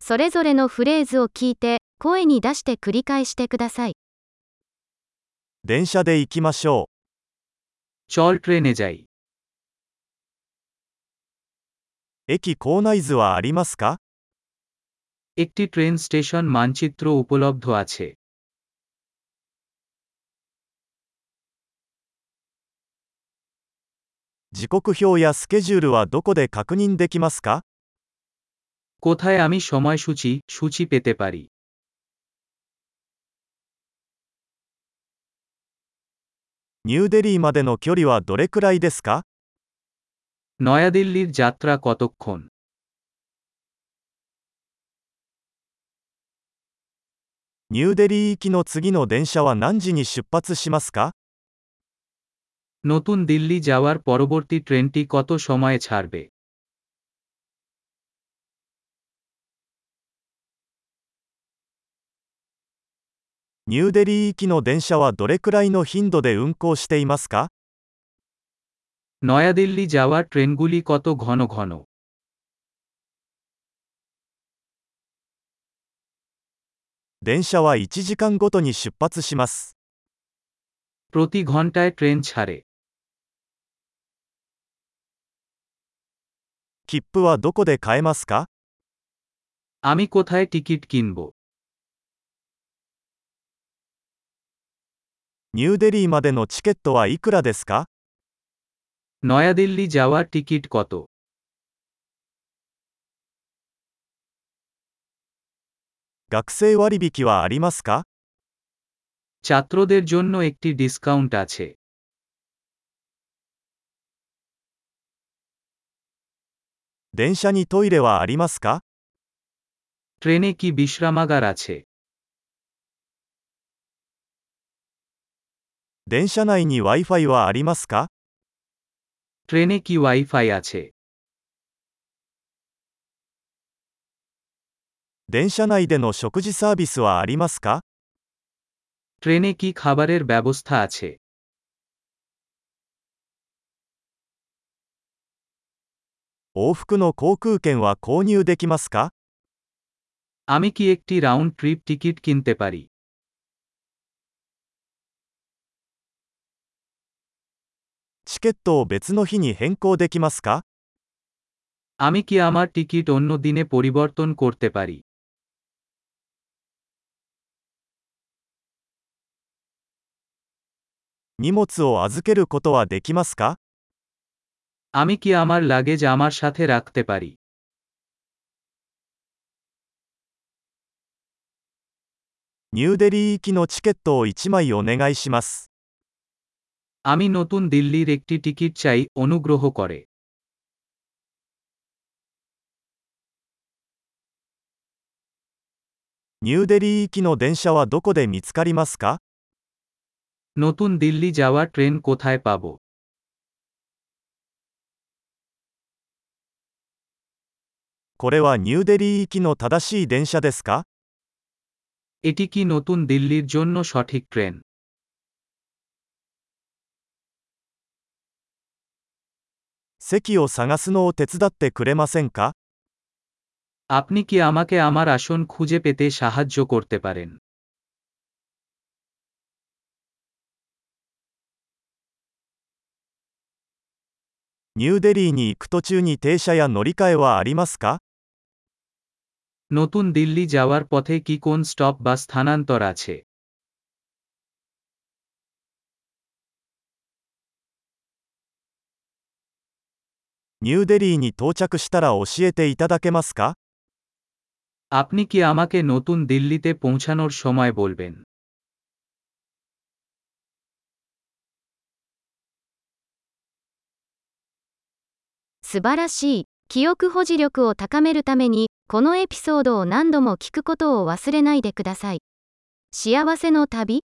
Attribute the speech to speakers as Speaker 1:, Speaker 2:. Speaker 1: それぞれのフレーズを聞いて、声に出して繰り返してください。
Speaker 2: 電車で行きましょう。
Speaker 3: চল ট্রেনে যাই
Speaker 2: 駅構内図はありますか
Speaker 3: একটি ট্রেন স্টেশন মানচিত্র উপলব্ধ আছে
Speaker 2: 時刻表やスケジュールはどこで確認できますか
Speaker 3: কোথায় আমি সময়সূচি সূচি পেতে পারি
Speaker 2: ニューデリーまでの距離はどれくらいですか
Speaker 3: নয়াদিল্লির যাত্রা কতক্ষণ
Speaker 2: ニューデリー行きの次の電車は何時に出発しますか
Speaker 3: নতুন দিল্লি যাওয়ার পরবর্তী ট্রেনটি কত সময়ে ছাড়বে
Speaker 2: ニューデリー行きの電車はどれくらいの頻度で運行していますか
Speaker 3: নয়াদিল্লি যাওয়ার ট্রেনগুলি কত ঘন ঘন
Speaker 2: 電車は1時間ごとに出発します。
Speaker 3: প্রতি ঘন্টায় ট্রেন ছাড়ে
Speaker 2: 切符はどこで買えますか
Speaker 3: আমি কোথায় টিকিট কিনব
Speaker 2: ニューデリーまでのチケットはいくらですか
Speaker 3: নয়াদিল্লি যাওয়ার টিকিট কত
Speaker 2: 学生割引はありますか
Speaker 3: ছাত্রদের জন্য একটি ডিসকাউন্ট আছে
Speaker 2: 電車にトイレはありますか
Speaker 3: ট্রেনে কি বিশ্রামাগার আছে
Speaker 2: 電車内に Wi-Fi はありますか
Speaker 3: ট্রেনে কি ওয়াইফাই আছে
Speaker 2: 電車内での食事サービスはありますか
Speaker 3: ট্রেনে কি খাবারের ব্যবস্থা আছে
Speaker 2: 往復の航空券は購入できますか
Speaker 3: আমি কি একটি রাউন্ড ট্রিপ টিকিট কিনতে পারি
Speaker 2: チケットを別の日に変更できますか
Speaker 3: আমি কি আমার টিকিট অন্য দিনে পরিবর্তন করতে পারি
Speaker 2: 荷物を預けることはできますか
Speaker 3: আমি কি আমার লাগেজ আমার সাথে রাখতে পারি
Speaker 2: ニューデリー行きのチケットを1枚お願いします。
Speaker 3: আমি নতুন দিল্লির একটি টিকিট চাই অনুগ্রহ করে
Speaker 2: ニューデリー行きの電車はどこで見つかりますか
Speaker 3: নতুন দিল্লি যাওয়ার ট্রেন কোথায় পাব
Speaker 2: これはニューデリー行きの正しい電車ですか
Speaker 3: এটি কি নতুন দিল্লির জন্য সঠিক ট্রেন
Speaker 2: 席を探すのを手伝ってくれませんか
Speaker 3: আপনি কি আমাকে আমার আসন খুঁজে পেতে সাহায্য করতে পারেন
Speaker 2: ニューデリーに行く途中に停車や乗り換えはありますか
Speaker 3: নতুন দিল্লি যাওয়ার পথে কি কোন স্টপ বা স্থানান্তর আছে
Speaker 2: ニューデリーに到着したら教えていただけますか
Speaker 3: আপনি কি আমাকে নতুন দিল্লিতে পৌঁছানোর সময় বলবেন
Speaker 1: 素晴らしい。記憶保持力を高めるために、このエピソードを何度も聞くことを忘れないでください。幸せの旅